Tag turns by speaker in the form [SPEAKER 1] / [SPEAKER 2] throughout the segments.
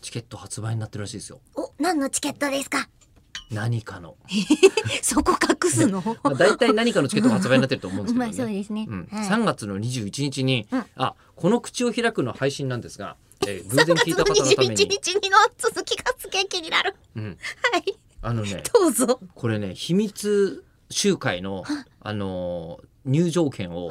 [SPEAKER 1] チケット発売になってるらしいですよ
[SPEAKER 2] お、何のチケットですか
[SPEAKER 1] 何かの、
[SPEAKER 2] そこ隠すの
[SPEAKER 1] まあ、大体何かのチケットが発売になってると思うんですけ
[SPEAKER 2] ま
[SPEAKER 1] ど
[SPEAKER 2] あそう
[SPEAKER 1] ね
[SPEAKER 2] ですね。
[SPEAKER 1] うん、
[SPEAKER 2] はい
[SPEAKER 1] 3月の21日に、
[SPEAKER 2] うん
[SPEAKER 1] あこの口を開くの配信なんですが、えー偶
[SPEAKER 2] 3
[SPEAKER 1] 然
[SPEAKER 2] 月
[SPEAKER 1] 聞い
[SPEAKER 2] の
[SPEAKER 1] た方のため
[SPEAKER 2] 21
[SPEAKER 1] に、
[SPEAKER 2] 日にの続きがすげえ気になる。
[SPEAKER 1] うん、
[SPEAKER 2] はい、
[SPEAKER 1] あのね
[SPEAKER 2] どうぞ。
[SPEAKER 1] これね秘密集会の、あのー入場券を、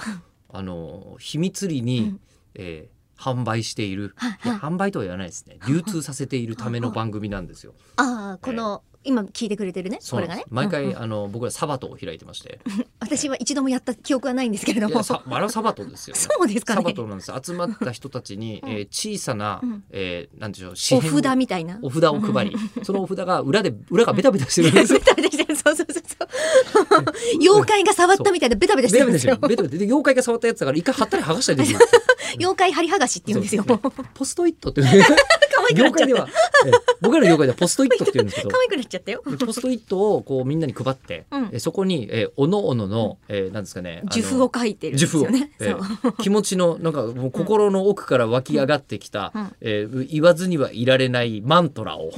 [SPEAKER 1] あのー秘密裏に、
[SPEAKER 2] うん
[SPEAKER 1] えー販売している、
[SPEAKER 2] はい
[SPEAKER 1] いや
[SPEAKER 2] はい
[SPEAKER 1] 販売とは言わないですね流通させているための番組なんですよ。
[SPEAKER 2] ああ、この、今聞いてくれてるね。
[SPEAKER 1] そ
[SPEAKER 2] こ
[SPEAKER 1] う
[SPEAKER 2] れ
[SPEAKER 1] なん
[SPEAKER 2] が
[SPEAKER 1] で
[SPEAKER 2] ね
[SPEAKER 1] す。毎回、
[SPEAKER 2] うんうん
[SPEAKER 1] あの僕らサバトを開いてま して
[SPEAKER 2] 私は一度もやった記憶はないんですけれど
[SPEAKER 1] い
[SPEAKER 2] も。
[SPEAKER 1] や
[SPEAKER 2] そ
[SPEAKER 1] さあれはサバトですよね。
[SPEAKER 2] うですか
[SPEAKER 1] サ
[SPEAKER 2] ね
[SPEAKER 1] バ。トなんです集まった人たちに、
[SPEAKER 2] うん
[SPEAKER 1] えー小さな、
[SPEAKER 2] うん
[SPEAKER 1] えーなんでしょう
[SPEAKER 2] お
[SPEAKER 1] 紙幣を
[SPEAKER 2] 札みたいな。
[SPEAKER 1] お札を配りそのお札が裏で裏がベタベタしてるん ですよ
[SPEAKER 2] ベタベタしてるそうそうそうそう。妖怪が触ったみたいなベタベタして
[SPEAKER 1] ベタ
[SPEAKER 2] るん
[SPEAKER 1] ベタ
[SPEAKER 2] で
[SPEAKER 1] して
[SPEAKER 2] す
[SPEAKER 1] る
[SPEAKER 2] よ。
[SPEAKER 1] ベタベタで妖怪が触ったやつだから一回貼ったり剥がしたりで きる
[SPEAKER 2] 妖怪張り剥がしって言うんですよ。
[SPEAKER 1] そ
[SPEAKER 2] 可
[SPEAKER 1] うですねポストイットっていうね
[SPEAKER 2] 愛く
[SPEAKER 1] 業界
[SPEAKER 2] なっちゃっ
[SPEAKER 1] で
[SPEAKER 2] た。
[SPEAKER 1] は、え僕らの業界ではポストイットって言うんですけど
[SPEAKER 2] 可愛くなっちゃったよ。
[SPEAKER 1] ポストイットをこうみんなに配って、
[SPEAKER 2] うん
[SPEAKER 1] えそこに、えおのおのの、えなんですかねあの
[SPEAKER 2] 呪符を書いてるんですよね。そ
[SPEAKER 1] 呪
[SPEAKER 2] う
[SPEAKER 1] 符を。気持ちのなんかもう心の奥から湧き上がってきた、
[SPEAKER 2] うん
[SPEAKER 1] えー言わずにはいられないマントラを、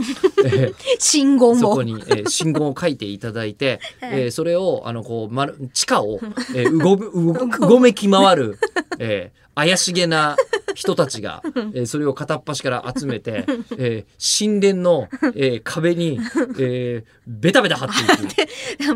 [SPEAKER 1] え
[SPEAKER 2] 信号
[SPEAKER 1] ーそこ
[SPEAKER 2] も。
[SPEAKER 1] に、えー信号を書いていただいて、
[SPEAKER 2] はい
[SPEAKER 1] えーそれをあのこう、まる、地下 を、えーうごめうごうごめき回る、えー怪しげな人たちが、えーそれを片っ端から集めて、えー神殿の、えー壁に、えーベタベタ貼 っていく。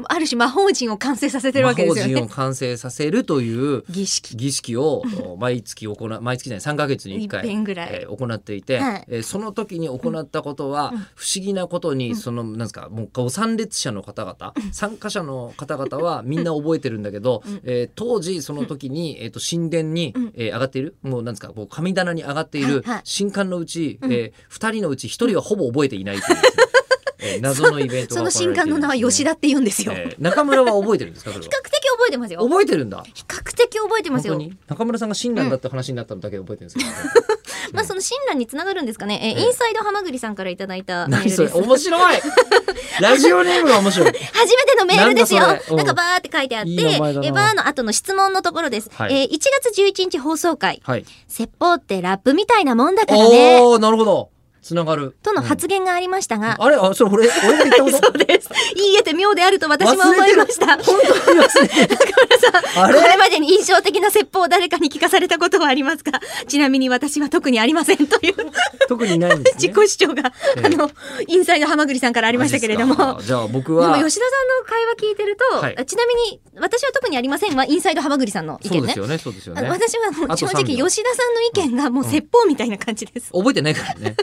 [SPEAKER 2] ある種魔法陣を完成させてるわ
[SPEAKER 1] 魔
[SPEAKER 2] けで
[SPEAKER 1] 法
[SPEAKER 2] すよ
[SPEAKER 1] 陣を
[SPEAKER 2] ね。
[SPEAKER 1] 完成させるという
[SPEAKER 2] 儀式。
[SPEAKER 1] 儀式を 毎月行う毎月じゃない3ヶ月に1
[SPEAKER 2] 一
[SPEAKER 1] 回
[SPEAKER 2] 遍ぐらい。
[SPEAKER 1] えー行っていて、
[SPEAKER 2] はい
[SPEAKER 1] えーその時に行ったことは不思議なことに、そのなんですかもうご参列者の方々、参加者の方々 はみんな覚えてるんだけど、えー当時その時に、えー、と神殿に、
[SPEAKER 2] ん
[SPEAKER 1] えー上がっているもうなんですかこう神棚に上がっている
[SPEAKER 2] はいはい
[SPEAKER 1] 神官のうち、
[SPEAKER 2] うん
[SPEAKER 1] え2人のうち1人はほぼ覚えていないというですね、えー謎のイベント
[SPEAKER 2] そ
[SPEAKER 1] が行われてい
[SPEAKER 2] の新
[SPEAKER 1] る
[SPEAKER 2] 刊の名は吉田って言うんですよ。比較
[SPEAKER 1] えー中村は覚えてるんですかそれは
[SPEAKER 2] 的覚えてますよ。
[SPEAKER 1] 覚えてるんだ
[SPEAKER 2] 比較的覚えてます
[SPEAKER 1] 本当
[SPEAKER 2] よ。
[SPEAKER 1] に中村さんが親鸞だって話になったのだけ覚えてるんですけど、
[SPEAKER 2] まあその親鸞につながるんですかね。え
[SPEAKER 1] ええ
[SPEAKER 2] インサイドハマグリさんからいただいたメ
[SPEAKER 1] 何
[SPEAKER 2] ールです。
[SPEAKER 1] それ
[SPEAKER 2] 初
[SPEAKER 1] 面白い ラジオネームが面白い
[SPEAKER 2] めてのメールですよ。
[SPEAKER 1] な
[SPEAKER 2] なん
[SPEAKER 1] だ
[SPEAKER 2] ん
[SPEAKER 1] それうん
[SPEAKER 2] かバーって書いてあって、
[SPEAKER 1] いい名前だな
[SPEAKER 2] えバーの後の質問のところです。
[SPEAKER 1] はい
[SPEAKER 2] えー1月11日放送回、
[SPEAKER 1] はい
[SPEAKER 2] 説法ってラップみたいなもんだからね。
[SPEAKER 1] おーなるほどつながる
[SPEAKER 2] との
[SPEAKER 1] うん
[SPEAKER 2] 発言がありましたが、
[SPEAKER 1] あれあそれ俺俺が言ったこ
[SPEAKER 2] そうです。言い得て妙であると私も思いました。
[SPEAKER 1] と本当に忘れてるあ
[SPEAKER 2] こ
[SPEAKER 1] れ
[SPEAKER 2] れまでに印象的な説法を誰かに聞かされたことはありますかちなみに私は特にありませんという
[SPEAKER 1] 特にないんです
[SPEAKER 2] 自己
[SPEAKER 1] ね
[SPEAKER 2] 主張が、
[SPEAKER 1] ええ
[SPEAKER 2] あのインサイドハマグリさんからあ
[SPEAKER 1] あ
[SPEAKER 2] りましたけれども。でも
[SPEAKER 1] じゃあ僕
[SPEAKER 2] 吉田さ
[SPEAKER 1] は
[SPEAKER 2] んの会話聞いてると、
[SPEAKER 1] はい
[SPEAKER 2] あちなみに私は特にありませんはインサイドハマグリさんの意
[SPEAKER 1] そう
[SPEAKER 2] 見
[SPEAKER 1] で
[SPEAKER 2] ね
[SPEAKER 1] すよねそうですよ
[SPEAKER 2] あ
[SPEAKER 1] ね
[SPEAKER 2] の私はも
[SPEAKER 1] あと
[SPEAKER 2] う正
[SPEAKER 1] 三
[SPEAKER 2] 直
[SPEAKER 1] 秒
[SPEAKER 2] 吉田さんの意見がもう説法みたいな感じです、
[SPEAKER 1] 覚えてないからね